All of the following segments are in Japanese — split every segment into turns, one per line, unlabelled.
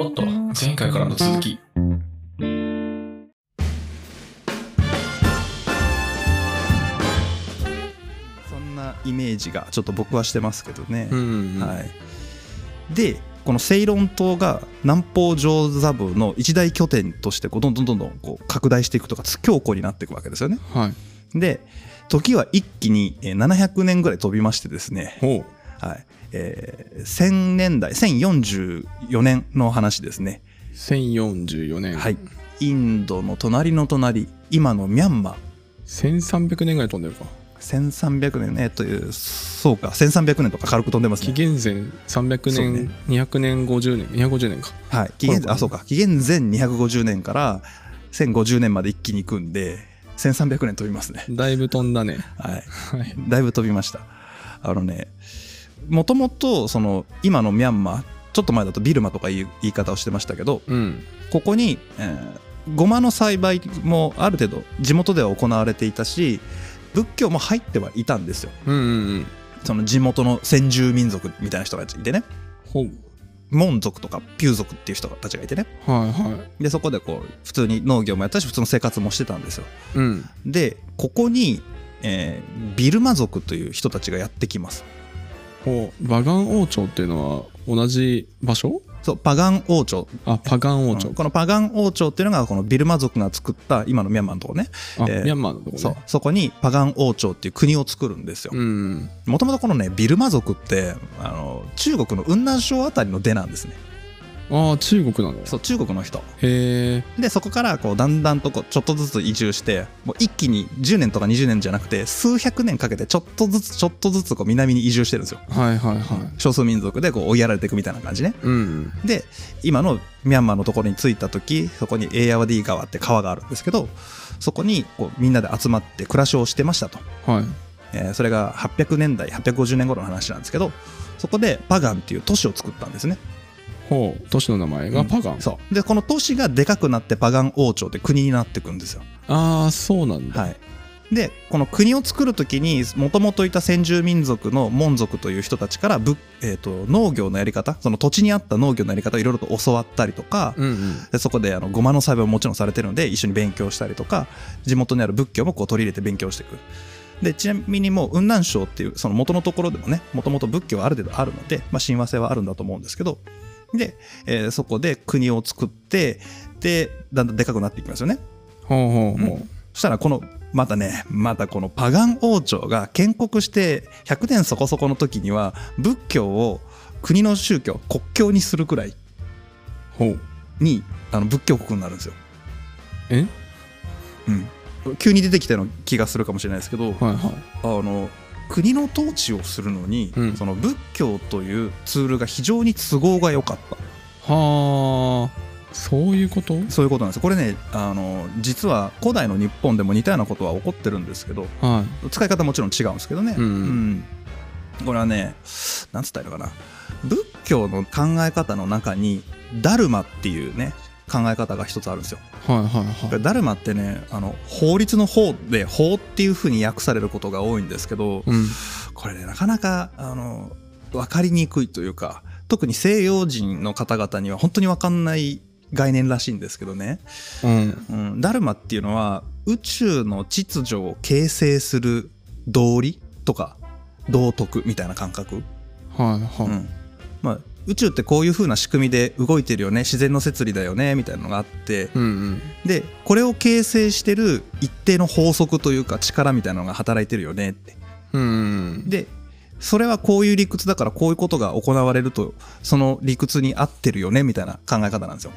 おっと前回からの続き
そんなイメージがちょっと僕はしてますけどね、
ん、
はいい、でこのセイロン島が南方上座部の一大拠点としてこうどんどんどんどんこう拡大していくとか強固になっていくわけですよね
はい、
で時は一気にえー700年ぐらい飛びましてですね、
ほ
はいえー1000年代1044年の話ですね、
う1044年、
はい、インドの隣の隣今のミャンマー
1300年ぐらい飛んでるか
1300年ねというそうか1300年とか軽く飛んでます
紀元
ね
前300
そう
年、
ね
200年50年250年か
はい、紀元
これ
あそうか紀元前250年から1050年まで一気に行くんで1300年飛 びますね、
だいぶ飛んだね
はい、
はい
だいぶ飛びましたあのねもともとその今のミャンマーちょっと前だとビルマとかいう言い方をしてましたけど
うん
ここに、えーごまの栽培もある程度地元では行われていたし仏教も入ってはいたんですよ
うんうんうん
その地元の先住民族みたいな人たちいてね
ほう
モン族とかピュー族っていう人たちがいてね
はいはい
でそこでこう普通に農業もやったし普通の生活もしてたんですよ
うん
でここに、えービルマ族という人たちがやってきます
ほうバガン王朝っていうのは同じ場所
そうパガン王朝
あパガン王
う
朝
ん
か、
このパガン王朝っていうのがこのビルマ族が作った今のミャンマーのとこね
あ、
えー
ミャンマーのとこね
そうそこにパガン王朝っていう国を作るんですよ
うん
もともとこのねビルマ族ってあの中国の雲南省あたりの出なんですね
ああ中国なの
そう中国の人
へえ
でそこからこうだんだんとこうちょっとずつ移住してもう一気に10年とか20年じゃなくて数百年かけてちょっとずつちょっとずつこう南に移住してるんですよ
はいはいはい
少数民族でこう追いやられていくみたいな感じね
うん
で今のミャンマーのところに着いた時そこにエーヤワディ川って川があるんですけどそこにこうみんなで集まって暮らしをしてましたと、
はい
えーそれが800年代850年頃の話なんですけどそこでパガンっていう都市を作ったんですね
ほう都市の名前がパガン、
そうでこの都市がでかくなってパガン王朝って国になっていくんですよ
ああそうなんだ、
はい、でこの国を作る時にもともといた先住民族のモン族という人たちからぶ、えー、と農業のやり方その土地に合った農業のやり方をいろいろと教わったりとか、
うんうん
でそこであのごまの栽培ももちろんされてるので一緒に勉強したりとか地元にある仏教もこう取り入れて勉強していくでちなみにもう雲南省っていうその元のところでもねもともと仏教はある程度あるので、まあ、親和性はあるんだと思うんですけどで、えーそこで国を作ってでだんだんでかくなっていきますよね
ほうほうほう、
そしたらこのまたねまたこのパガン王朝が建国して100年そこそこの時には仏教を国の宗教国教にするくらい
ほう
にあの仏教国になるんですよ、
え
うん、急に出てきたような気がするかもしれないですけどあ
はいはい
の国の統治をするのに、
うん
その仏教というツールが非常に都合が良かった
はあそういうこと
そういうことなんですよこれねあの実は古代の日本でも似たようなことは起こってるんですけど
は
使い方もちろん違うんですけどね、
うん
うんこれはねなんつったらいいのかな仏教の考え方の中にダルマっていうね考え方が一つあるんですよ。
いはいはい
こ
はい
れダルマってねあの法律の法で法っていうふうに訳されることが多いんですけど
うん
これねなかなかあの分かりにくいというか特に西洋人の方々には本当に分かんない概念らしいんですけどね、
うん
うん、ダルマっていうのは宇宙の秩序を形成する道理とか道徳みたいな感覚、
はいはい、
うんまあ、宇宙ってこういう風な仕組みで動いてるよね自然の摂理だよねみたいなのがあって
うん、うん
でこれを形成してる一定の法則というか力みたいなのが働いてるよねって
うんうん
でそれはこういう理屈だからこういうことが行われるとその理屈に合ってるよねみたいな考え方なんですよ。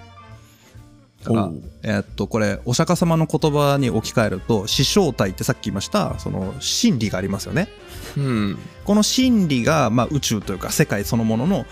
だから
おう
えーっとこれお釈迦様の言葉に置き換えると師匠体ってさっき言いましたその真理がありますよね。
うん
この真理が、まあ、宇宙というか世界そのものの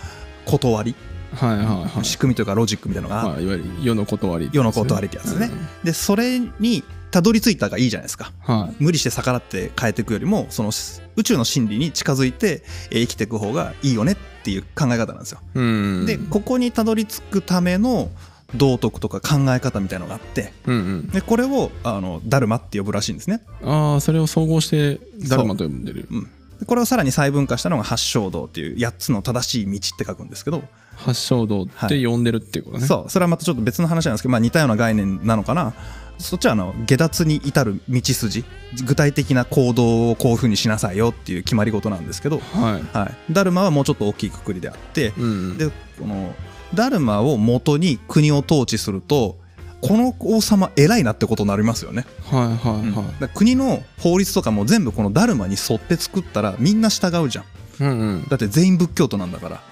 断り
はいはいはい
仕組みというかロジックみたいなのがあって
はい、いわゆる世の断りってやつ
世
ね
の断りってやつね
うん
でそれにたどり着いたがいいじゃないですか
はい
無理して逆らって変えていくよりもその宇宙の真理に近づいてえー生きていく方がいいよねっていう考え方なんですよ、
うん
でここにたどり着くための道徳とか考え方みたいのがあって
うんうん
でこれをあのダルマって呼ぶらしいんですね
ああそれを総合してダルマと呼んでる
うんでこれをさらに細分化したのが八正道っていう8つの正しい道って書くんですけど、
発祥道って呼んでるっていうことね。
そうそれはまたちょっと別の話なんですけど、まあ、似たような概念なのかなそっちはあの下脱に至る道筋具体的な行動をこういうふうにしなさいよっていう決まり事なんですけど、
はい。
はい、ダルマはもうちょっと大きいくくりであって、
うん。
でこのダルマを元に国を統治するとこの王様偉いなってことになりますよね、
はいはい
だ
は
から国の法律とかも全部このダルマに沿って作ったらみんな従うじゃん
い。うんうん。
だって全員仏教徒なんだから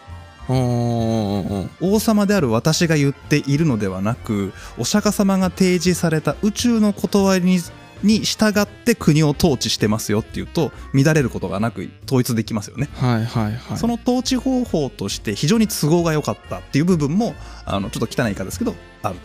おーおーおー
王様である私が言っているのではなくお釈迦様が提示された宇宙の断りにに従って国を統治してますよっていうと乱れることがなく統一できますよね、
はいはいはい。
その統治方法として非常に都合が良かったっていう部分もあのちょっと汚い言い方ですけどある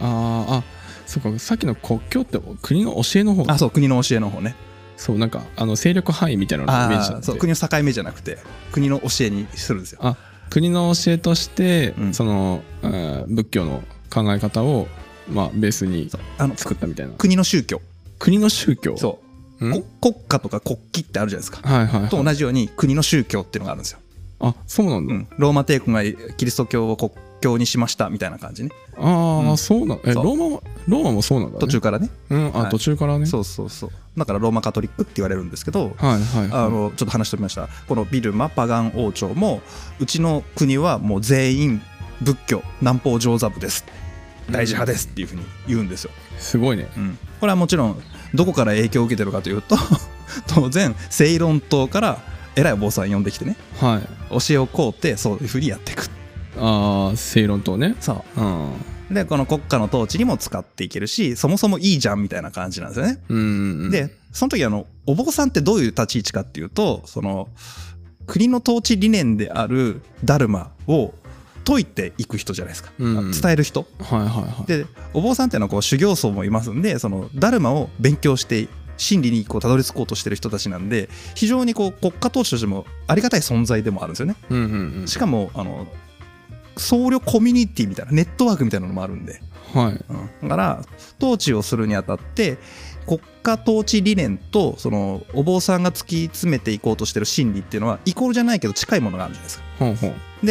あーあ、そうか、さっきの国境って国の教えの方
あそう国の教えの方ね
そう、なんか、あの、勢力範囲みたいなののイメージだ
あ
っ
ーそう
国
国の境目じゃなくて国の教えにするんですよ
あの教えとして、
うん
その、うん仏教の考え方を、まあ、ベースに
そうあの
作ったみたいな。
国の宗教
国の宗教。。
そううんこ国家とか国旗ってあるじゃないですか
はいはい、はい。
と同じように国の宗教っていうのがあるんですよ
あ、そうなんだ。
うん、ローマ帝国がキリスト教を国教にしましたみたいな感じね
ああ、
うん
そうなんえ、
そ
ロ
う
ーマも、ローマもそうなんだ、ね。
途中。からね
うん、あ、
はい
途中からね。
そうそうそうだからローマカトリックって言われるんですけど
はいはいはい。
あのちょっと話しておりましたこのビルマパガン王朝もうちの国はもう全員仏教南方上座部です大事派ですっていうふうに言うんですよ、
すごいね。
うん、これはもちろんどこから影響を受けてるかというと 当然セイロン島から偉いお坊さん呼んできてね
はい。
教えをこうってそういうふうにやっていく
ああ、正論とね。
そう
うん。
で、この国家の統治にも使っていけるし、そもそもいいじゃんみたいな感じなんですよね。
うん。
で、その時あの、お坊さんってどういう立ち位置かっていうと、その、国の統治理念であるダルマを解いていく人じゃないですか。
うん
伝える人。
はいはいはい。
で、お坊さんっていうのはこう修行僧もいますんで、その、ダルマを勉強して、真理にこうたどり着こうとしてる人たちなんで、非常にこう国家統治としてもありがたい存在でもあるんですよね。
うんうん
しかも、あの、僧侶コミュニティみたいな、ネットワークみたいなのもあるんで。
うん。はい。
うん、だから統治をするにあたって国家統治理念とそのお坊さんが突き詰めていこうとしてる心理っていうのはイコールじゃないけど近いものがあるじゃないですか。
ほうほう。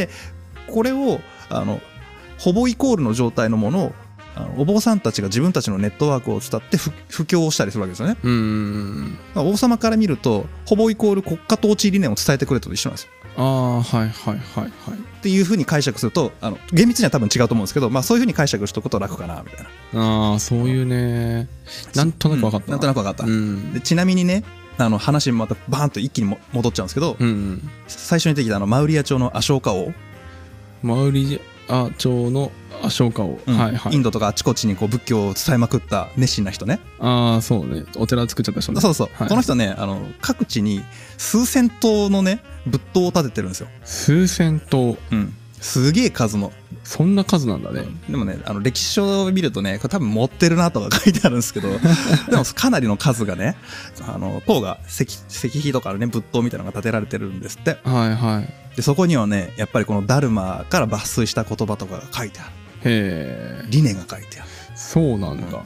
これをあのほぼイコールの状態のものをあのお坊さんたちが自分たちのネットワークを伝って布布教をしたりするわけですよね。
うんうんうん。
だから王様から見るとほぼイコール国家統治理念を伝えてくれたと一緒なんですよ。
ああ、はいはいはいはい。
っていうふうに解釈するとあの厳密には多分違うと思うんですけど、まあ、そういうふうに解釈しておくと楽かなみたいな。
ああ、そういうね。なんとなく分かった
うんなんとな
く。
く分かった
う。ん
で。ちなみにねあの話またバーンと一気にも戻っちゃうんですけど、
うんうん。
最初に出てきたあのマウリア朝のアショーカ王、
マウリア朝のアショーカ王。
うん
はいは
イ
い
ン。ドとかあちこちにこう仏教を伝えまくった熱心な人ね、
ああ、そうね。お寺作っちゃった人ね。
そうそう、
はい
この人ねあの各地に数千頭のね仏塔を建ててるんですよ、
数千頭。
うん、すげえ数の
そんな数なんだね。
でもねあの歴史書を見るとねこれ多分持ってるなとか書いてあるんで すけどでもかなりの数がねあの塔が石石碑とかあるね仏塔みたいなのが建てられてるんですって
はいはい。へ
でそこにはねやっぱりこのダルマから抜粋した言葉とかが書いてある
え。
理念が書いてある
そうなんだ。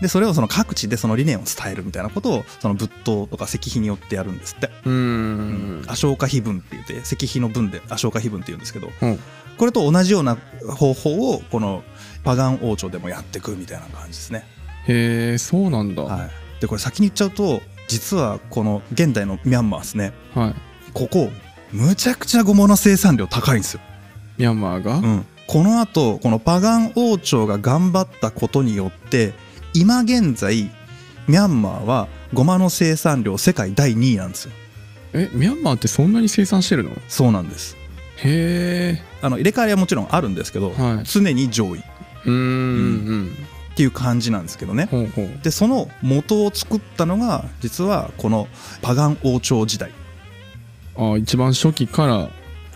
でそれをその各地でその理念を伝えるみたいなことをその仏塔とか石碑によってやるんですって、
う。
うんアショーカ碑文って言って石碑の文でアショーカ碑文って言うんですけど
うん。
これと同じような方法をこのパガン王朝でもやっていくみたいな感じですね、
へえ、そうなんだ。は
はい、でこれ先に言っちゃうと実はこの現代のミャンマーですね
い。
ここむちゃくちゃゴマの生産量高いんですよ
ミャンマーが。
うん、このあとこのパガン王朝が頑張ったことによって今現在ミャンマーはゴマの生産量世界第2位なんですよ
え、ミャンマーってそんなに生産してるの
そうなんです
へえ。
あの入れ替えはもちろんあるんですけど、
はい
常に上位っ
うーんうん。
ていう感じなんですけどね
ほうほう。
でその元を作ったのが実はこのパガン王朝時代
あ一番初期から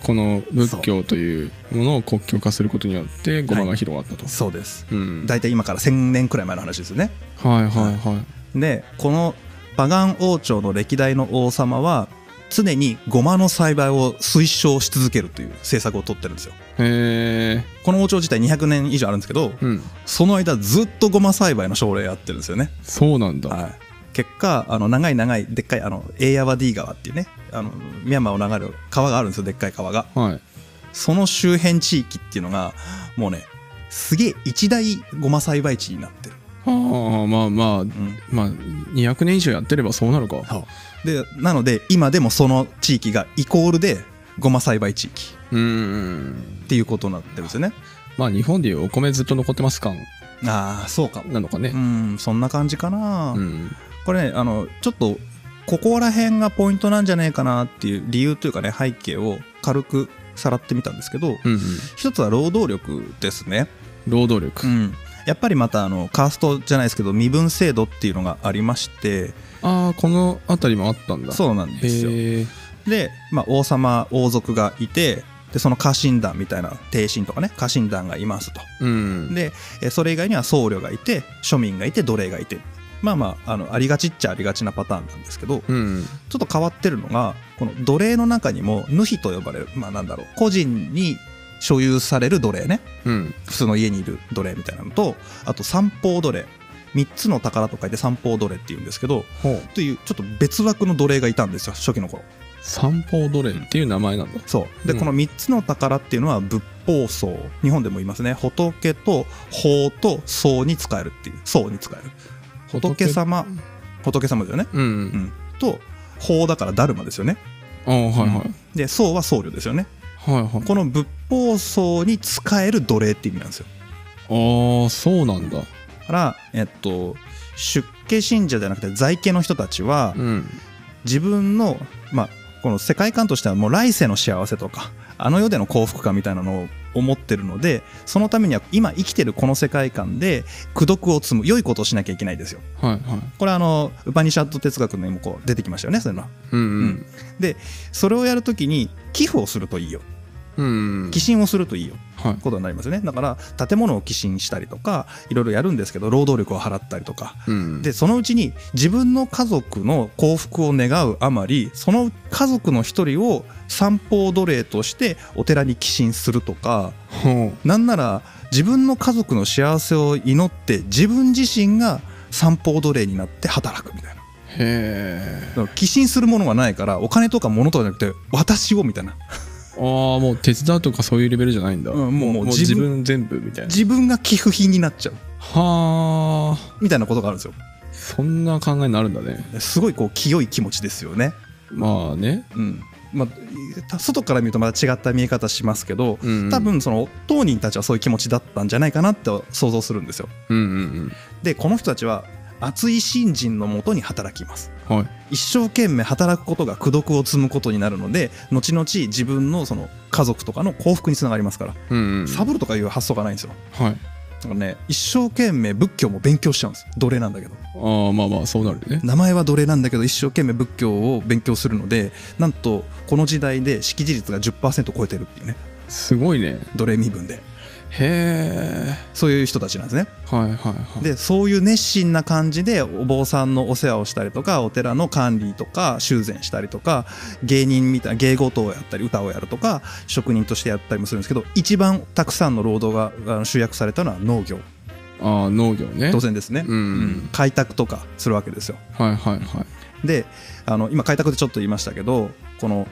この仏教というものを国教化することによってゴマが広がったと、
そうです
うん、はい
大体今から1000年くらい前の話ですよね
はいはい
でこのパガン王朝の歴代の王様は常にゴマの栽培を推奨し続けるという政策を取ってるんですよ
へえ
この王朝自体200年以上あるんですけど
うん
その間ずっとゴマ栽培の奨励やってるんですよね
そうなんだ
はい結果あの長い長いでっかいあのエイヤワディー川っていうねあのミャンマーを流れる川があるんですよでっかい川が
はい。
その周辺地域っていうのがもうねすげえ一大ごま栽培地になってる、
はあ、まあまあ、
うん
まあ、200年以上やってればそうなるか。
でなので今でもその地域がイコールでごま栽培地域
うーん。
っていうことになってるんですよね
まあ、日本でいうお米ずっと残ってます感
ああそうかも
なのかね
う。んそんな感じかな、
うん。
これねあのちょっとここら辺がポイントなんじゃねえかなっていう理由というかね背景を軽くさらってみたんですけど、
うんうん。
一つは労働力ですね、
労働力。
やっぱりまたあのカーストじゃないですけど身分制度っていうのがありまして
ああ、この辺りもあったんだ。
そうなんですよ
へえ。
で、まあ、王様王族がいてでその家臣団みたいな帝臣とかね家臣団がいますと
うん。
でえーそれ以外には僧侶がいて庶民がいて奴隷がいてまあまああのありがちっちゃありがちなパターンなんですけど、
うん。
ちょっと変わってるのがこの奴隷の中にもヌヒと呼ばれるまあなんだろう個人に所有される奴隷ね
うん。
普通の家にいる奴隷みたいなのとあと三宝奴隷3つの宝と書いて三宝奴隷っていうんですけど
ほう。
というちょっと別枠の奴隷がいたんですよ初期の頃
三宝奴隷っていう名前なんだ。
そうで、
うん
この3つの宝っていうのは仏法僧日本でも言いますね仏と法と僧に使えるっていう僧に使える仏様仏様だよね
う。
うんんと法だからダルマですよね
ああ、はいは
で僧は僧侶ですよね
い。はいはい。
この仏法僧に使える奴隷って意味なんですよ
ああ、そうなんだ。
だから、えっと、出家信者じゃなくて在家の人たちは
うん。
自分の,、まあこの世界観としてはもう来世の幸せとかあの世での幸福感みたいなのを思ってるのでそのためには今生きてるこの世界観で功徳を積む良いことをしなきゃいけないですよ
はいはい。
これあのウパニシャッド哲学のにもこう出てきましたよねそういうのは
うん
でそれをやるときに寄付をするといいよ
うん。うん。
寄進をするといいよ
はい。
ことになりますよねだから建物を寄進したりとかいろいろやるんですけど労働力を払ったりとか
うん。
でそのうちに自分の家族の幸福を願うあまりその家族の一人を三宝奴隷としてお寺に寄進するとか
ほう。
なんなら自分の家族の幸せを祈って自分自身が三宝奴隷になって働くみたいな
へえ。
だから寄進するものがないからお金とか物とかじゃなくて私をみたいな
ああ、もう手伝うとかそういうレベルじゃないんだ。
うんもうもう
もう
自
自
分
分全部みたいな。
自分が寄付品になっちゃう
はあ、
みたいなことがあるんですよ
そんな考えになるんだね。
すごいこう清い気持ちですよね
まあね。
うんまあ、外から見るとまた違った見え方しますけど、
うんうん
多分その当人たちはそういう気持ちだったんじゃないかなって想像するんですよ
うんうん
でこの人たちは熱い信心のもとに働きます
うん。はい。
一生懸命働くことが功徳を積むことになるので後々自分のその家族とかの幸福につながりますから、
うん、うん。
サブるとかいう発想がないんですよ
はい。
だからね一生懸命仏教も勉強しちゃうんです奴隷なんだけど
ああ、まあまあ、そうなるね。
名前は奴隷なんだけど一生懸命仏教を勉強するのでなんとこの時代で識字率が10%超えてるっていうね
すごいね。
奴隷身分で
へえ。
そういう人たちなんですね
はいはいはい。
でそういう熱心な感じでお坊さんのお世話をしたりとかお寺の管理とか修繕したりとか芸人みたいな芸事をやったり歌をやるとか職人としてやったりもするんですけど一番たくさんの労働があの集約されたのは農業
ああ、農業ね。
当然ですね、
うん
開拓とかするわけですよ
はいはいはい。
であの今開拓でちょっと言いましたけどこの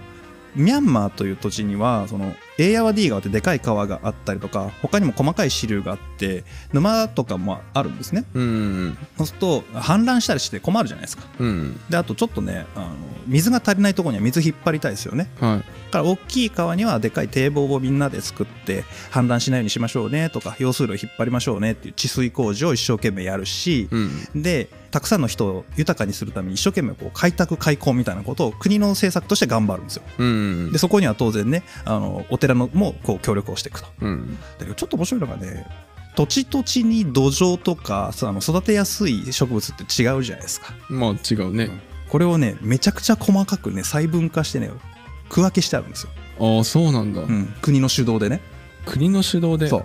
ミャンマーという土地にはそのエイヤワディ川ってでかい川があったりとか他にも細かい支流があって沼とかもあるんですね
うん
そうすると氾濫したりして困るじゃないですか
うん。うん。
であとちょっとねあの水が足りないところには水引っ張りたいですよね
はい。
だから大きい川にはでかい堤防をみんなで作って氾濫しないようにしましょうねとか用水路を引っ張りましょうねっていう治水工事を一生懸命やるし、
うん。
でたくさんの人を豊かにするために一生懸命こう開拓開墾みたいなことを国の政策として頑張るんですよ
うん。
でそこには当然ねあのお寺のもこう協力をしていくと
うん。
だけどちょっと面白いのがね土地土地に土壌とかそあの育てやすい植物って違うじゃないですか
まあ違うね。
これをねめちゃくちゃ細かくね細分化してね区分けしてあるんですよ、
ああ、そうなんだ。
うん、国の主導でね
国の主導で。
そう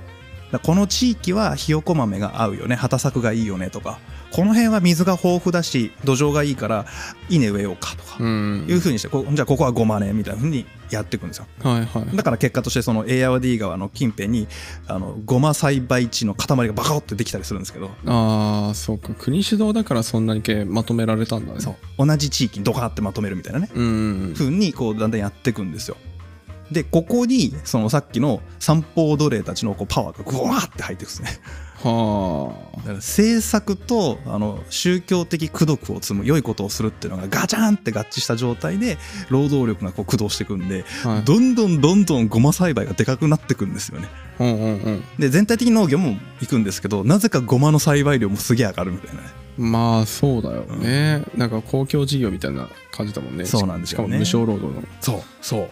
だからこの地域はひよこ豆が合うよね畑作がいいよねとかこの辺は水が豊富だし土壌がいいから稲植えようかとか、
うん
いうふうにしてこうじゃあここは5万円みたいなふうにやっていくんですよ
はいはい
だから結果としてその AID 川の近辺にあのゴマ栽培地の塊がバカってできたりするんですけど
ああそうか国主導だからそんなにけまとめられたんだね
そう同じ地域にドカーってまとめるみたいなね
うんうん
ふうにこうだんだんやっていくんですよでここにそのさっきの三方奴隷たちのこうパワーがグワーって入っていくんですね
は
だから政策とあの宗教的功徳を積む良いことをするっていうのがガチャンって合致した状態で労働力がこう駆動していくんで
あはい
どんどんどんどんゴマ栽培がでかくなっていくんですよね
うんうん
で全体的に農業もいくんですけどなぜかゴマの栽培量もすげえ上がるみたいなね
うんまあそうだよね、なんか公共事業みたいな感じだもんね
そうなんですよね
しかも無償労働の
そうそう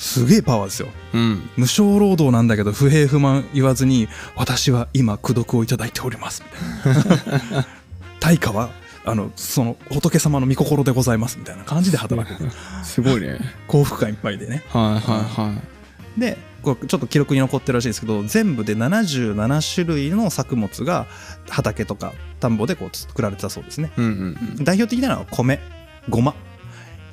すげえパワーですよ
うん
無償労働なんだけど不平不満言わずに私は今功徳をいただいておりますみたいな対価はあのその仏様の御心でございますみたいな感じで働く
すごいね
幸福感いっぱいでね
はいはいはい
でこうちょっと記録に残ってるらしいですけど全部で77種類の作物が畑とか田んぼでこう作られてたそうですね
うんうん
代表的なのは米ごま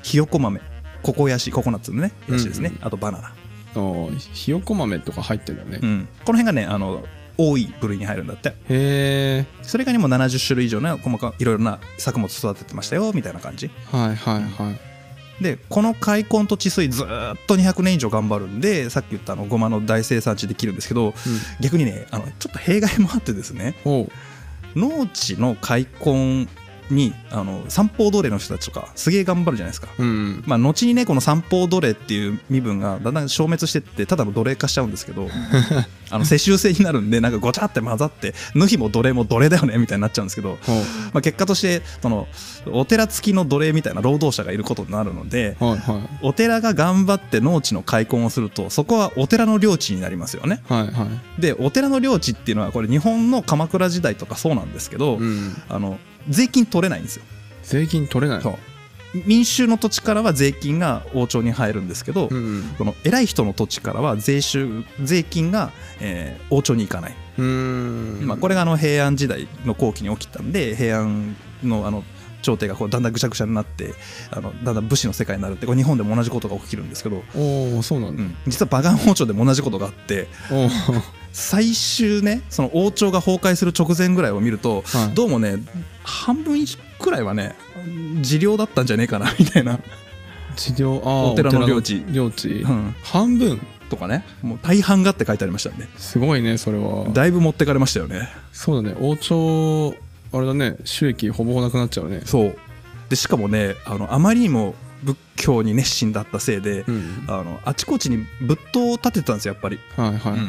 ひよこ豆ココヤシココナッツのねヤシですね、
うん
あとバナ
う
ナ、
んあーひよこ豆とか入ってんだよね、
うん、この辺がねあの多い部類に入るんだって
へえ
それ以外にも70種類以上の細かいろいろな作物育ててましたよみたいな感じ
はいはいはい
でこの開墾と治水ずーっと200年以上頑張るんでさっき言ったあのごまの大生産地できるんですけど逆にねあのちょっと弊害もあってですね
おう
農地の開墾にあの三方奴隷の人たちとかすげえ頑張るじゃないですか。
うん
まあ、後にねこの三方奴隷っていう身分がだんだん消滅してってただの奴隷化しちゃうんですけどあの世襲制になるんでなんかごちゃって混ざって脱ぎも奴隷も奴隷だよねみたいになっちゃうんですけど、
おう
まあ、結果としてそのお寺付きの奴隷みたいな労働者がいることになるので
はいは
お寺が頑張って農地の開墾をするとそこはお寺の領地になりますよね。
いはいはい
でお寺の領地っていうのはこれ日本の鎌倉時代とかそうなんですけど、
うん
あの税金取れないんですよ、
税金取れない
そう民衆の土地からは税金が王朝に入るんですけど、
うん
この偉い人の土地からは税収税金が、えー王朝に行かない、
うんうん
まあ、これがあの平安時代の後期に起きたんで平安のあの朝廷がこうだんだんぐちゃぐちゃになってあのだんだん武士の世界になるってこれ日本でも同じことが起きるんですけど、
おおそうなん
う
だ
ん実は馬ン王朝でも同じことがあって
おう
最終ねその王朝が崩壊する直前ぐらいを見ると、
はい
どうもね半分以上くらいはね治療だったんじゃねえかなみたいな、
治療あー
お寺の領地
お寺の領地
うん
半分
とかねもう大半がって書いてありましたね
すごいねそれは
だいぶ持ってかれましたよね
そうだね王朝あれだね収益ほぼほぼなくなっちゃうね
そうでしかもねあのあまりにも仏教に熱心だったせいで、
うん
あのあちこちに仏塔を建ててたんですよやっぱり
はいはいはい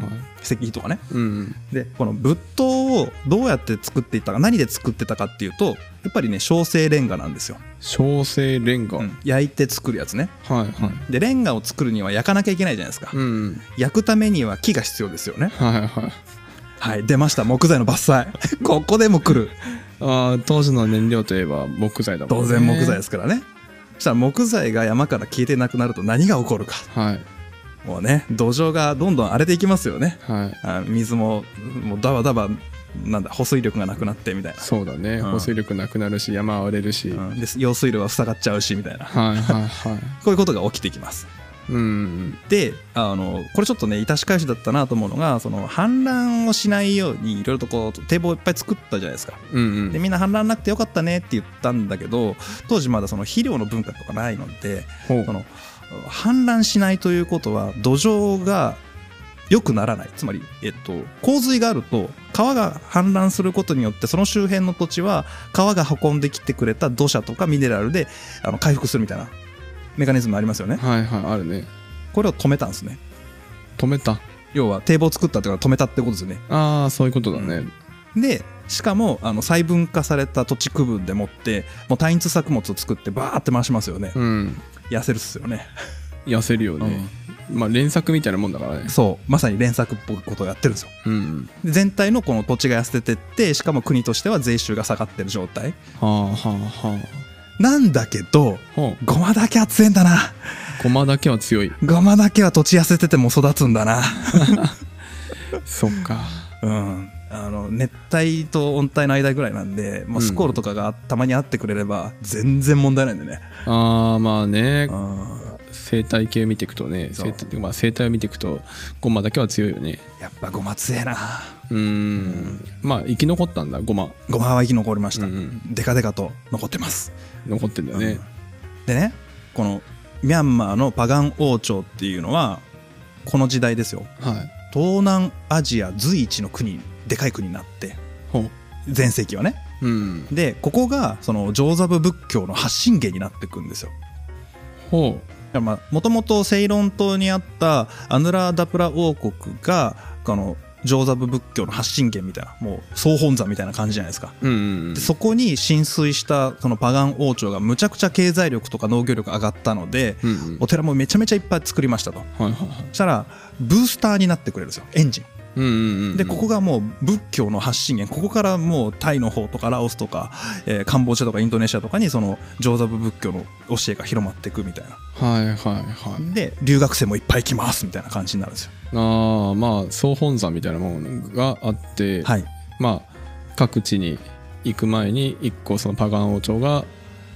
石碑とかね
うん
でこの仏塔をどうやって作っていったか何で作ってたかっていうとやっぱりね焼成レンガなんですよ、
小生レンガ
う
はい
ん焼いて作るやつね
はい
でレンガを作るには焼かなきゃいけないじゃないですか、
うん
焼くためには木が必要ですよね
はいはい
はい出ました木材の伐採 ここでも来る
ああ当時の燃料といえば木材だもん
当
ね
然木材ですからねそしたら木材が山から消えてなくなると何が起こるか
はい
もうね土壌がどんどん荒れていきますよね
はい
あ水ももうダバダバなんだ保水力がなくなってみたい
そうだね
うん
保水力なくなるし山は荒れるし
な、
は
うん、で用水路は塞がっちゃうしみたいない
はいはい
こういうことが起きてきます
うん
であのこれちょっとね致し返しだったなと思うのがその氾濫をしないようにいろいろとこう堤防をいっぱい作ったじゃないですか
うんうん
でみんな氾濫なくてよかったねって言ったんだけど当時まだその肥料の文化とかないので
ほ
そうの氾濫しないということは土壌が良くならないつまり、えっと、洪水があると川が氾濫することによってその周辺の土地は川が運んできてくれた土砂とかミネラルであの回復するみたいなメカニズムありますよね
はいはいあるね
これを止めたんですね
止めた
要は堤防作ったってことは止めたってことですよね
ああそういうことだね
でしかもあの細分化された土地区分でもってもう単一作物を作ってバーって回しますよね
うん
痩せるっすよね
痩せるよねまあ連作みたいなもんだからね
そうまさに連作っぽいことをやってるんですよ
うん
で全体のこの土地が痩せてってしかも国としては税収が下がってる状態
はあはあは
なんだけど
あほう
ごまだけは強いんだな
ごまだけは強い
ごまだけは土地痩せてても育つんだな
そっか
うんああの熱帯と温帯の間ぐらいなんで、まあ、スコールとかがたまに会ってくれれば全然問題ないんでね、
ああまあね
うん、
生態系見ていくとね
そう
生態,、まあ、生態を見ていくとゴマだけは強いよね
やっぱごま強えな
うーんまあ生き残ったんだゴマ
ごまは生き残りました、
うんう
デカデカと残ってます
残ってんだよ
うん
ね、
でねこのミャンマーのパガン王朝っていうのはこの時代ですよ
はい
東南アジア随一の国でかい国になって
ほう
全盛期はね
うん
でここがその上座部仏教の発信源になってくんですよ
ほ
もともとセイロン島にあったアヌラーダプラ王国がこの上座部仏教の発信源みたいなもう総本山みたいな感じじゃないですか
ううんうんうん
でそこに浸水したそのパガン王朝がむちゃくちゃ経済力とか農業力上がったので
うんうん
お寺もめちゃめちゃいっぱい作りましたと
はいはいはい
そしたらブースターになってくれるんですよエンジン
うんうんうん
でここがもう仏教の発信源ここからもうタイの方とかラオスとか、えーカンボジアとかインドネシアとかにその上座部仏教の教えが広まっていくみたいな
はいはいはい
で留学生もいっぱい来ますみたいな感じになるんですよ
ああまあ総本山みたいなものがあって、
はい
まあ各地に行く前に一個そのパガン王朝が、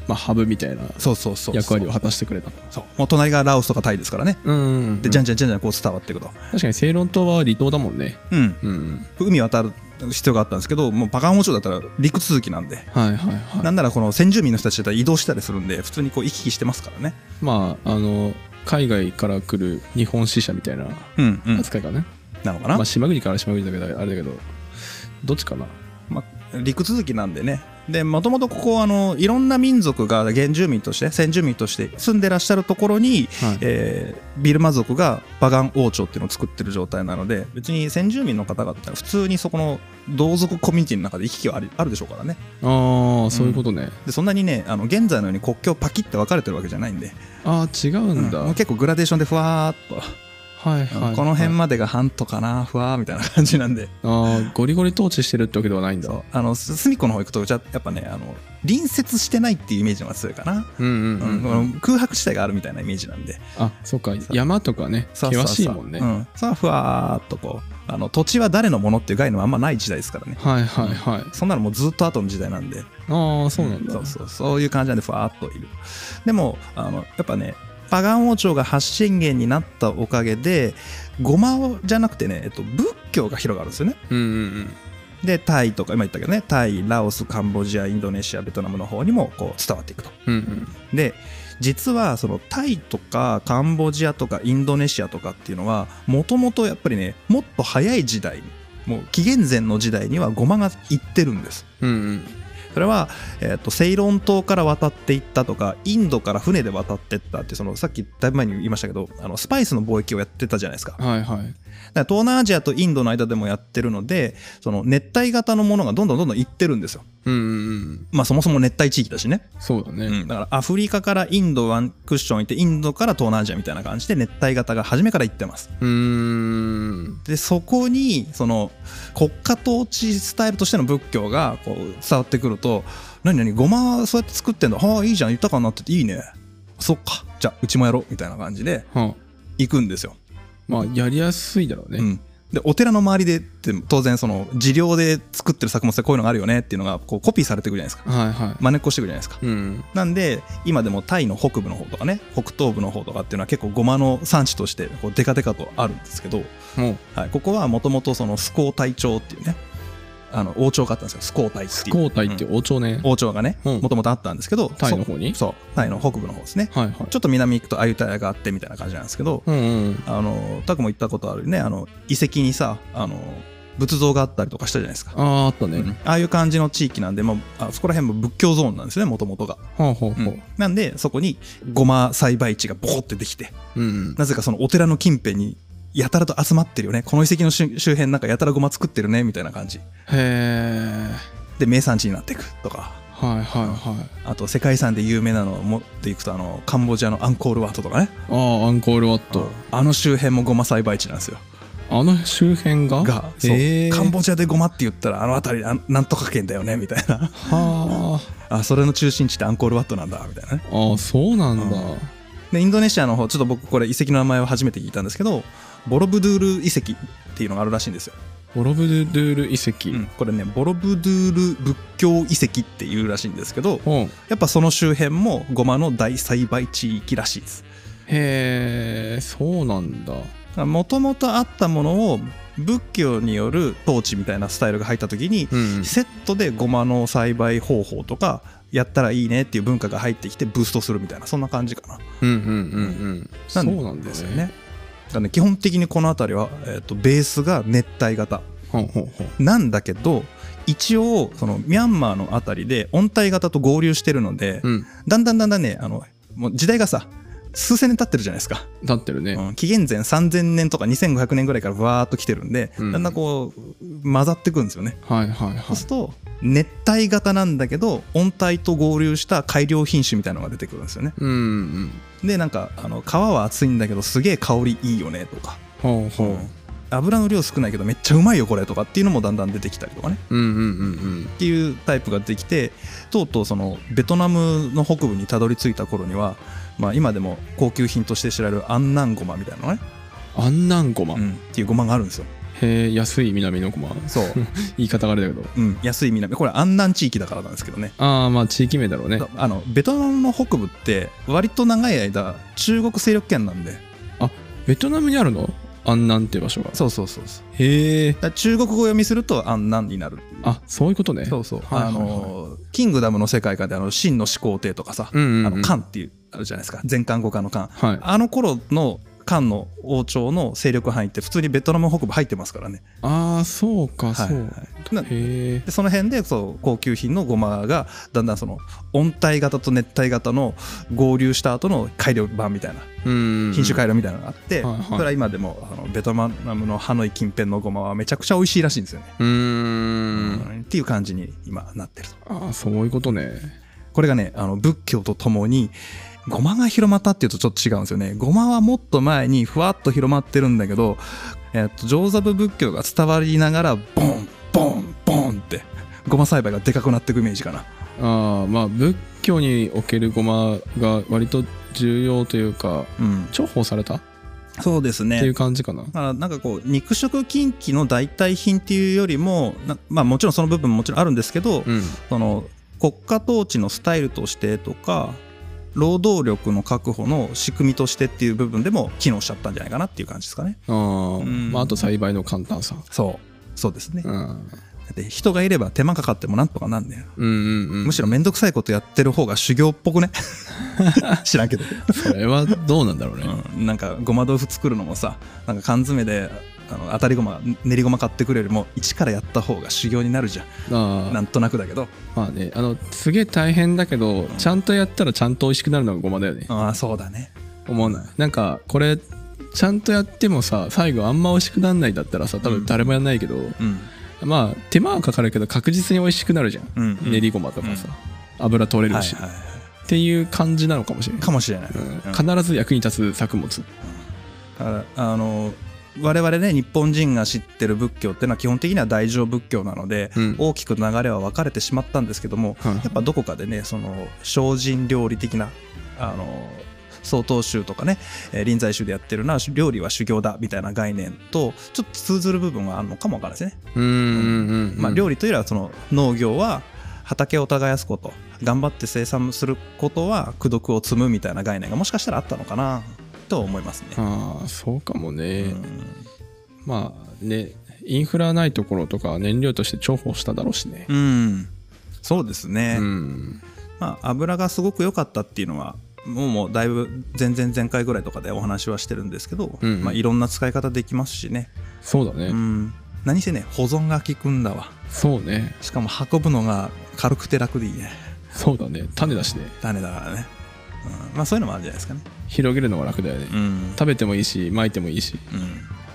まあ、ハブみたいな
そうそうそうそう
役割を果たしてくれた
そうもう隣がラオスとかタイですからね
うんうんうん
でじゃんじゃんじゃんじゃんこう伝わっていくと
確かにセイロン島は離島だもんね
うん
うんうん
海渡る必要があったんですけどもうパガン王朝だったら陸続きなんで
はいはいはい
なんならこの先住民の人たちだったら移動したりするんで普通にこう行き来してますからね
まああの海外から来る日本支社みたいな
うんうん
扱いかね、
なのかな、
まあ、島国から島国だけどあれだけどどっちかな
まあ、陸続きなんでねでもともとここはあのいろんな民族が原住民として先住民として住んでらっしゃるところに、
はい
えービルマ族がバガン王朝っていうのを作ってる状態なので別に先住民の方々は普通にそこの同族コミュニティの中で行き来はありあるでしょうからね
ああそういうことね、
でそんなにねあの現在のように国境パキって分かれてるわけじゃないんで、
ああ違うんだ、
もう結構グラデーションでふわーっと、
はいはい、はい、
この辺までが半島かなふわーみたいな感じなんで
ああゴリゴリ統治してるってわけではないんだ
そうあのす隅っこの方行くとじゃやっぱねあの隣接してないっていうイメージの方が強いかな、
うんうんうん、うん
うん空白地帯があるみたいなイメージなんで
あそっか山とかね
そうそ
険
うそう
しいもんね
うん、さあふわーっとこうあの土地は誰のものっていう概念はあんまない時代ですからね
はいはいはい
そんなのもうずっと後の時代なんで
ああそうなんだ、
そうそうそういう感じなんでふわーっといるでもあのやっぱねパガン王朝が発信源になったおかげでゴマをじゃなくてね、えっと、仏教が広がるんですよね
うんうん
でタイとか今言ったけどねタイラオスカンボジアインドネシアベトナムの方にもこう伝わっていくと
うんうんうん
で実はそのタイとかカンボジアとかインドネシアとかっていうのはもともとやっぱりねもっと早い時代にもう紀元前の時代にはゴマが行ってるんです
うんうん
それは、えー、とセイロン島から渡っていったとかインドから船で渡ってったってそのさっきだいぶ前に言いましたけどあのスパイスの貿易をやってたじゃないですかだか
はいはい
ら東南アジアとインドの間でもやってるのでその熱帯型のものがどんどんどんどん行ってるんですよ
うんうんうん
まあそもそも熱帯地域だしね
そうだね、
うん、だからアフリカからインドワンクッション行ってインドから東南アジアみたいな感じで熱帯型が初めから行ってます
うーん
でそこにその国家統治スタイルとしての仏教がこう伝わってくると何何ごまそうやって作ってんだはあいいじゃん豊かになってていいねそっかじゃあうちもやろうみたいな感じで
はあ
行くんですよ、
まあやりやすいだろうね、
うん、でお寺の周りでって当然その自量で作ってる作物でこういうのがあるよねっていうのがこうコピーされていくじゃないですか
はいは
真似っこしていくじゃないですか
いうん
なんで今でもタイの北部の方とかね北東部の方とかっていうのは結構ゴマの産地としてこうデカデカとあるんですけど、
もう
はい、ここはもともとそのスコー隊長っていうねあの王朝があったんですよスコー隊っていう
交代って王朝ね、
王朝がね
うん
もともとあったんですけど、
タイの方に
そそうタイの北部の方ですね
はいはい
ちょっと南行くとアユタヤがあってみたいな感じなんですけど
うんうん
あのタクも行ったことあるねあの遺跡にさあの仏像があったりとかしたじゃないですか、
あああったね、
うんああいう感じの地域なんで、まあ、あそこら辺も仏教ゾーンなんですねもともとが。
はあはあは
うんなんでそこにごま栽培地がボコってできて
あうんうん
なぜかそのお寺の近辺にやたらと集まってるよねこの遺跡の周周辺なんかやたらごま作ってるねみたいな感じ
へえ
で名産地になっていくとか
はいはいはい
あと世界遺産で有名なのを持っていくとあのカンボジアのアンコールワットとかね
ああアンコールワッ
と
ト
あの周辺もごま栽培地なんですよ
あの周辺が
がそう
へえ
カンボジアでごまって言ったらあの辺りあんなんとか県だよねみたいな
は
あそれの中心地ってアンコールワットなんだみたいなね
あああそうなんだ、
うんでインドネシアの方ちょっと僕これ遺跡の名前を初めて聞いたんですけどボロブドゥール遺跡っていうのがあるらしいんですよ
ボロブドゥール遺跡。
うん、これねボロブドゥール仏教遺跡っていうらしいんですけど
ほう
やっぱその周辺もゴマの大栽培地域らしいです
へえ、そうなんだ。
もともとあったものを仏教による統治みたいなスタイルが入った時に、
うん。
セットでゴマの栽培方法とかやったらいいねっていう文化が入ってきてブーストするみたいなそんな感じかな
うんうんうんうん。そうなんですね。。
だからね基本的にこの辺りは、えー、とベースが熱帯型
ほうほうほう。
なんだけど一応そのミャンマーの辺りで温帯型と合流してるので、
うん。
だんだんだんだんねあのもう時代がさ数千年経ってるじゃないですか、
立ってるね。
うん紀元前3000年とか2500年ぐらいからわーっと来てるんで、
うん
だんだんこう混ざってくんですよね
はいはいは
そう
い
す。ると熱帯型なんだけど温帯と合流した改良品種みたいなのが出てくるんですよね
うんうん。
でなんかあの皮は厚いんだけどすげえ香りいいよねとか
ほうほ
油の量少ないけどめっちゃうまいよこれとかっていうのもだんだん出てきたりとかね
う。うんうんうん
っていうタイプができてとうとうそのベトナムの北部にたどり着いた頃には、まあ、今でも高級品として知られるアンナンゴマみたいなのね、
うん。あんなんごま。
うんっていうゴマがあるんですよ
へえ、安い南のごま。
そう、
言い方があれだけど。
うん、安い南これアンナン地域だからなんですけどね
ああ、まあ地域名だろうね。
あのベトナムの北部って割と長い間中国勢力圏なんで
ベトナムにあるのアンナンっていう場所が。
そうそうそうそう
へえ。
だから中国語読みするとアンナンになるっていう
あ、そういうことね。
そうそう、
はいはいはい
あのキングダムの世界観であの秦の始皇帝とかさ、
うんうんうん
あの漢っていうあるじゃないですか前漢後漢の漢
はい。
あの頃の漢の王朝の勢力範囲って普通にベトナム北部入ってますからね。
ああ、そうか、
はい
そう。
はいな
へえ。
でその辺でそう高級品のゴマがだんだんその温帯型と熱帯型の合流した後の改良版みたいな
うん。
品種改良みたいなのがあって、
はいはい
それは今でもあのベトナムのハノイ近辺のゴマはめちゃくちゃ美味しいらしいんですよね。
うー。
うんんっていう感じに今なってると。
ああ、そういうことね。
これがねあの仏教とともにゴマが広まったっていうとちょっと違うんですよねゴマはもっと前にふわっと広まってるんだけど、えっと上座部仏教が伝わりながらボンボンボンってゴマ栽培がでかくなっていくイメージかな
ああ、まあ仏教におけるごまが割と重要というか、
うん
重宝されたっ
そうですね
ていう感じかな。
だからなんかこう肉食禁忌の代替品っていうよりもなまあもちろんその部分ももちろんあるんですけど、
うん。
その国家統治のスタイルとしてとか労働力の確保の仕組みとしてっていう部分でも機能しちゃったんじゃないかなっていう感じですかね。
ああ、
うん
まああと栽培の簡単さ。
そうそうですね、
う
だ
ん。
って人がいれば手間かかってもなんとかなんねん
うんうんうん。
むしろ面倒くさいことやってる方が修行っぽくね 知らんけど、
それはどうなんだろうね。
うん、なんかごま豆腐作るのもさなんか缶詰であの当たりごま練りごま買ってくるよりも一からやった方が修行になるじゃ
あ
んな
あ
んとなくだけど
まあね、あの、すげえ大変だけど、ちゃんとやったらちゃんと美味しくなるのがごまだよね。
ああそうだね
思わないなんかこれちゃんとやってもさ最後あんま美味しくなんないんだったらさ多分誰もやんないけど、
うん
まあ手間はかかるけど確実に美味しくなるじゃん、
うん、うん、
練りごまとかさ、油取れ
は
る
い
し、
はいは
っていう感じなのかもしれ
い
ない、
かもしれない、
うん必ず役に立つ作物
だからあの我々ね日本人が知ってる仏教ってのは基本的には大乗仏教なので、
うん
大きく流れは分かれてしまったんですけども、
はい
やっぱどこかでねその精進料理的なあの曹洞宗とかねえー臨済宗でやってるのは料理は修行だみたいな概念とちょっと通ずる部分はあるのかもわからないですね。
うんうんうん、
まあ、料
理
理というよりはその農業は畑を耕すこと頑張って生産することは功徳を積むみたいな概念がもしかしたらあったのかなと思いますね。
ああそうかもね、
うん
まあねインフラないところとか燃料として重宝しただろうしね
うん、そうですね、
うん
まあ、油がすごく良かったっていうのはもうもうだいぶ前々前回ぐらいとかでお話はしてるんですけど、
うんうん
まあ、いろんな使い方できますしね、
そうだね、
うん、何せね保存が効くんだわ
そうね
しかも運ぶのが軽くて楽でいいね
そうだね種だしね
種だからね、うんまあ、そういうのもあるんじゃないですかね
広げるのが楽だよね、
うん、
食べてもいいし巻いてもいいし
うん、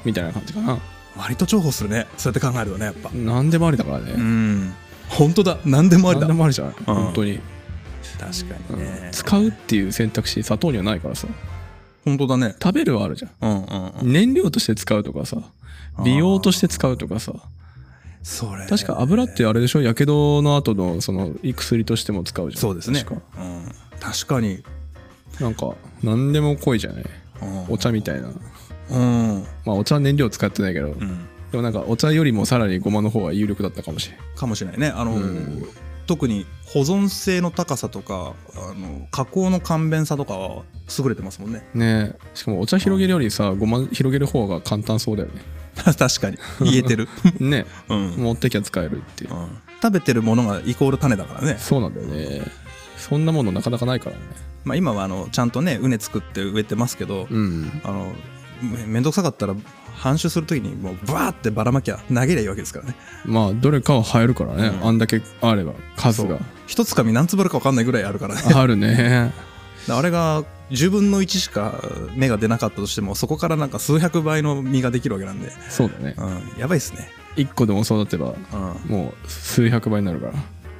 みたいな感じかな
割と重宝するねそうやって考えるとねやっぱ
何でもありだからね、
うん本当だ何でもあり
何で
だ確
もありじゃない、ん、本当に、
かにね、
使うっていう選択肢砂糖にはないからさ
本当だね
食べるはあるじゃん
うんうんうん
燃料として使うとかさ美容として使うとかさ
それ
確か油ってあれでしょやけどの後のその薬としても使うじゃん
そうですね。
確か
うん、確かに、
なんか何でも濃いじゃない
うん
お茶みたいな
うん。
まあお茶は燃料使ってないけど、
うん
でもなんかお茶よりもさらにごまの方が有力だったかもしれない
かもしれないねあの、
うん
特に保存性の高さとかあの加工の簡便さとかは優れてますもんね
ねえしかもお茶広げるよりさごま広げる方が簡単そうだよね
確かに言え てる、
ね
うん
え持ってきゃ使えるっていう
うん食べてるものがイコール種だからね、
そうなんだよねそんなものなかなかないからね
まあ、今はあのちゃんとね畝作って植えてますけど、
うん
あのめめんどくさかったら搬種するときにもうバーってばらまきゃ投げりゃいいわけですからね
まあどれかは生えるからね、
うん
あんだけあれば数が
一つかみ何粒あるか分かんないぐらいあるからね
あるね
あれが10分の1しか芽が出なかったとしてもそこからなんか数百倍の実ができるわけなんで、
そうだね
うん、やばいっすね、
1個でも育てば
うん
もう数百倍になるから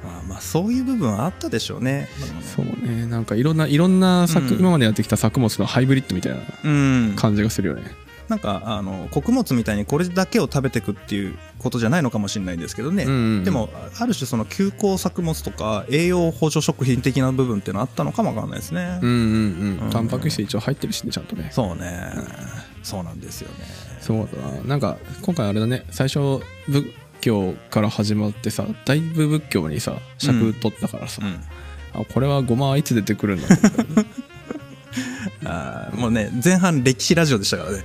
あまあそういう部分はあったでしょうね
そうねなんかいろんないろんな作、
うん
今までやってきた作物のハイブリッドみたいな
うん
感じがするよね
なんかあの穀物みたいにこれだけを食べてくっていうことじゃないのかもしれないんですけどね、
うんうんうん
でもあある種その休耕作物とか栄養補助食品的な部分っていうのはあったのかもわかんないですね、
うんうん
う
うんんタンパク質一応入ってるしねちゃんとね
そうね、そうなんですよね
そうだななんか今回あれだね最初仏教から始まってさだいぶ仏教にさ
う
尺
ん
取ったからさ、
うん
あこれはごまはいつ出てくるんだ ろう
あーもうね前半歴史ラジオでしたからね、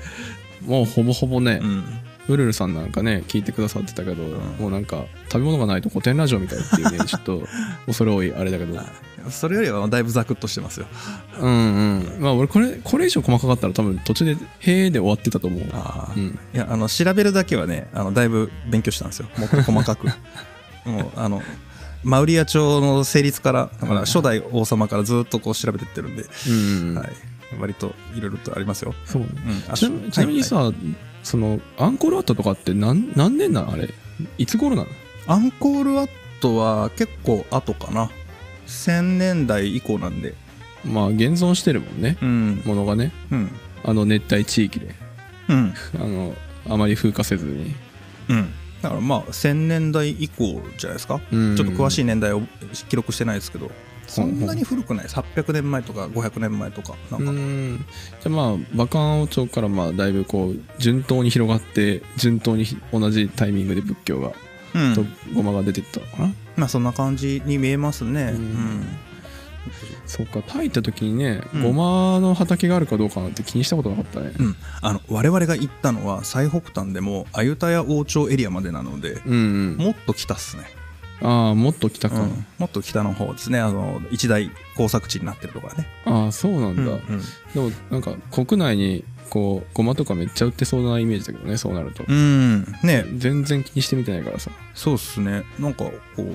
もうほぼほぼね
う、ん、
ウルルさんなんかね聞いてくださってたけど、もうなんか食べ物がないと古典ラジオみたいっていうねちょっ と恐れ多いあれだけど
それよりはだいぶザクッとしてますよ
うんうんまあ俺これこれ以上細かかったら多分途中で「へーで終わってたと思う
あー
うん
いやあの調べるだけはねあのだいぶ勉強したんですよもっ と細かくもうあのマウリア朝の成立からだから初代王様からずっとこう調べてってるんで、
うんうん、
はい、割といろいろとありますよ、
そうね
うんあ
ちなみちなみにさ、
はい
そのアンコールアットとかって何何年なのあれいつ頃なの
アンコールワットは結構後かな1000年代以降なんで
まあ現存してるもんね
うん
ものがね
うん
あの熱帯地域で
うん
あのあまり風化せずに
うんだからまあ1000年代以降じゃないですか、
うん
ちょっと詳しい年代を記録してないですけどそんなに古くないです800年前とか500年前とかな
うん
か
んじゃあまあバカン王朝からまあだいぶこう順当に広がって順当にひ同じタイミングで仏教が、
うん
とごまが出てったのかな
まあそんな感じに見えますね
う
うんん
そうかタイ行った時にね
うん
ごまの畑があるかどうかなんて気にしたことなかったね
うんあの我々が行ったのは最北端でもアユタヤ王朝エリアまでなので
うん、うん、
もっと北っすね
ああもっと来たか、
うんもっと北の方ですねあの一大工作地になってるところね、
ああそうなんだ、
うん
でもなんか国内にこうごまとかめっちゃ売ってそうなイメージだけどねそうなると、
うんね
全然気にしてみてないからさ
そうっすねなんかこう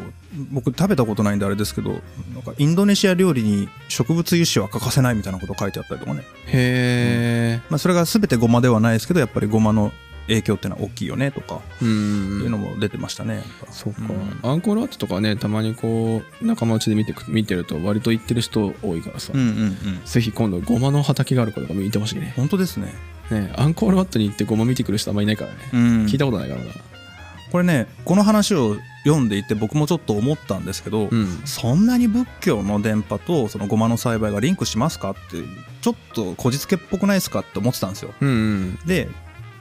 僕食べたことないんであれですけどなんかインドネシア料理に植物油脂は欠かせないみたいなこと書いてあったりとかね、
へえ
まあ、それが全てゴマではないですけどやっぱりゴマの影響ってのは大きいよねとか
うんう
い
ん
う
うん
のも出てましたね、やっぱ
そうか、
ん
アンコールワットとかねたまにこう仲間内で見てく見てると割と行ってる人多いからさ、
うんうんうん
ぜひ今度ごまの畑があるかとか見てほしいね
本当ですね、
ねアンコールワットに行ってごま見てくる人あんまいないからね、
うん
聞いたことないからな
これねこの話を読んでいて僕もちょっと思ったんですけど、
うん
そんなに仏教の伝播とそのゴマの栽培がリンクしますかってちょっとこじつけっぽくないですかって思ってたんですよ
うんうん
で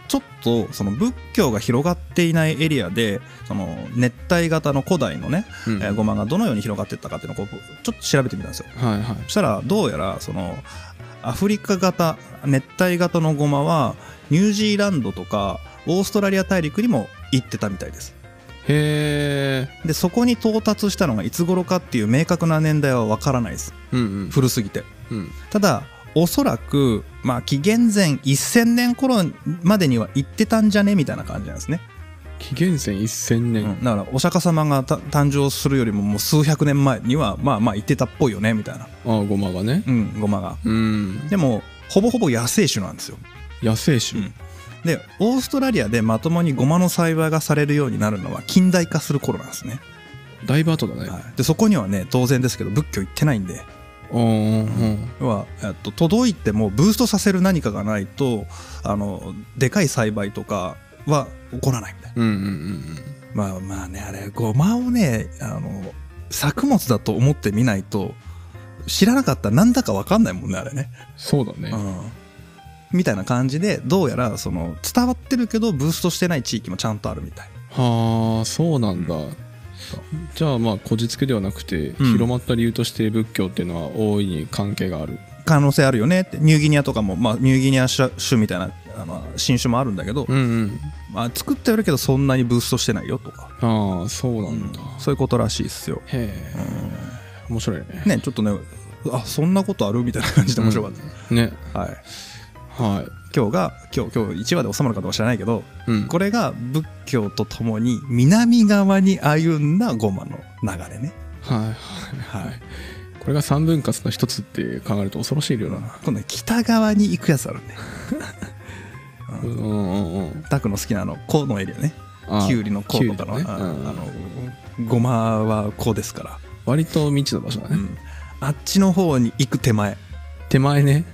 ちょっとその仏教が広がっていないエリアでその熱帯型の古代のね、
うん
えーゴマがどのように広がっていったかっていうのをこうちょっと調べてみたんですよ
はいはい
そしたらどうやらそのアフリカ型熱帯型のゴマはニュージーランドとかオーストラリア大陸にも行ってたみたいです
へえ
でそこに到達したのがいつ頃かっていう明確な年代はわからないです
うんうん
古すぎて
うん
ただおそらくまあ紀元前1000年頃までには行ってたんじゃねみたいな感じなんですね、
紀元前1000年、
うんだからお釈迦様がた誕生するよりももう数百年前にはまあまあ行ってたっぽいよねみたいな
ああごまがね
うんゴマが
うん
でもほぼほぼ野生種なんですよ
野生種、
うんでオーストラリアでまともにゴマの栽培がされるようになるのは近代化する頃なんですね、
だいぶ後だね、
はいでそこにはね当然ですけど仏教行ってないんで
うんうん
要は、えっと、届いてもブーストさせる何かがないとあのでかい栽培とかは起こらないみたいな
うんうんうん
まあまあねあれごまをねあの作物だと思ってみないと知らなかったらなんだか分かんないもんねあれね、
そうだ
う
ね
ん、みたいな感じでどうやらその伝わってるけどブーストしてない地域もちゃんとあるみたい
はあそうなんだ、
そう
じゃあまあこじつけではなくて、
ん
広まった理由として仏教っていうのは大いに関係がある
可能性あるよねってニューギニアとかも、まあ、ニューギニア種種みたいなあの新種もあるんだけど、
うんうん
まあ、作ってはいるけどそんなにブーストしてないよとか、
ああそうなんだ、へ
そういうことらしいっすよ
え、面白いね
ねちょっとねあそんなことあるみたいな感じで面白かった、
ね
はい、
は
今日が今日今日1話で収まるかどうか知らないけど、
い、うん、
これが仏教とともに南側に歩んだゴマの流れね
はいはいはいこれが三分割の一つって考えると恐ろしい量だな
今度ね北側に行くやつあるんで
うんうんうん
タクの好きなあの「こ」のエリアね
ああ
きゅうりの「こ」とかの,あ、
きゅうりのねうん
あのゴマは「こ」ですから、
割と未知の場所だね、
うんあっちの方に行く手前、
手前ね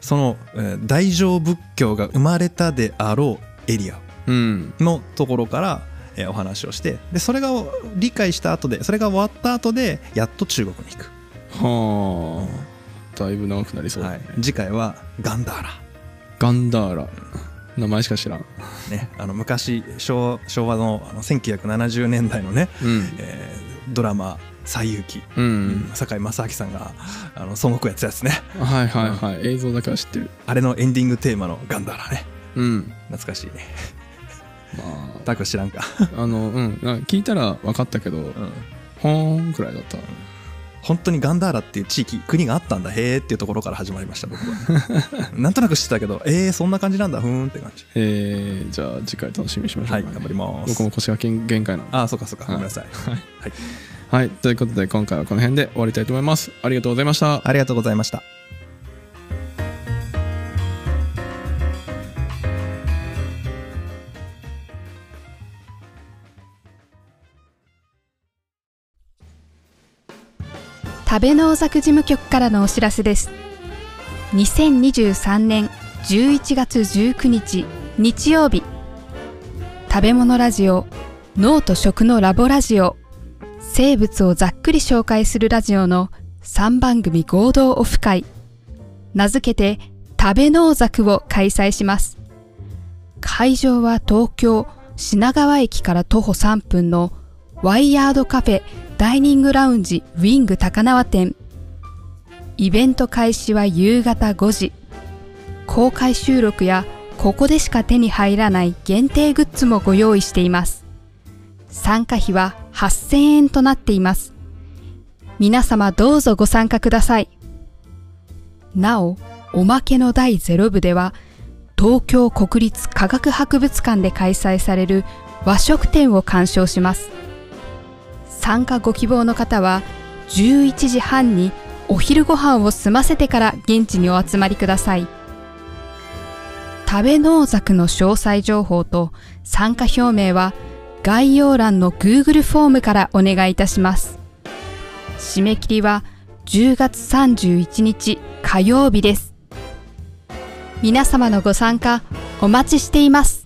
その、えー大乗仏教が生まれたであろうエリア
うん
のところから、えーお話をしてでそれが理解した後でそれが終わった後でやっと中国に行く、
はあだいぶ長くなりそうだ
は
ね、
い、次回はガンダーラ
ガンダーラ名前しか知らん
ね、あの昔昭和昭和のあの1970年代のね、
うん
えードラマ「西遊記」
うん、
堺正明さんがあの孫悟空やってたやつね
はいはいはい映像だけは知ってる
あれのエンディングテーマのガンダーラね
うん
懐かしいね
ま
タク知らんか、
ああのうんなんか聞いたら分かったけど
うん、
ほーんくらいだった
本当にガンダーラっていう地域国があったんだへーっていうところから始まりました僕はなんとなく知ってたけどえー、そんな感じなんだふーんって感じ
えー、じゃあ次回楽しみにしましょうか
はい
ね、
頑張ります
僕も腰が限限界なの
ああそうかそうか
はい
ごめんなさい、はい、
はいということで今回はこの辺で終わりたいと思いますありがとうございました
ありがとうございました
食べ農作事務局からのお知らせです2023年11月19日日曜日食べ物ラジオ脳と食のラボラジオ生物をざっくり紹介するラジオの3番組合同オフ会名付けて食べ農作を開催します会場は東京品川駅から徒歩3分のワイヤードカフェダイニングラウンジウィング高輪店イベント開始は夕方5時公開収録やここでしか手に入らない限定グッズもご用意しています参加費は8000円となっています皆様どうぞご参加くださいなおおまけの第0部では東京国立科学博物館で開催される和食展を鑑賞します参加ご希望の方は11時半にお昼ご飯を済ませてから現地にお集まりください食べ農作の詳細情報と参加表明は概要欄の Google フォームからお願いいたします締め切りは10月31日火曜日です皆様のご参加お待ちしています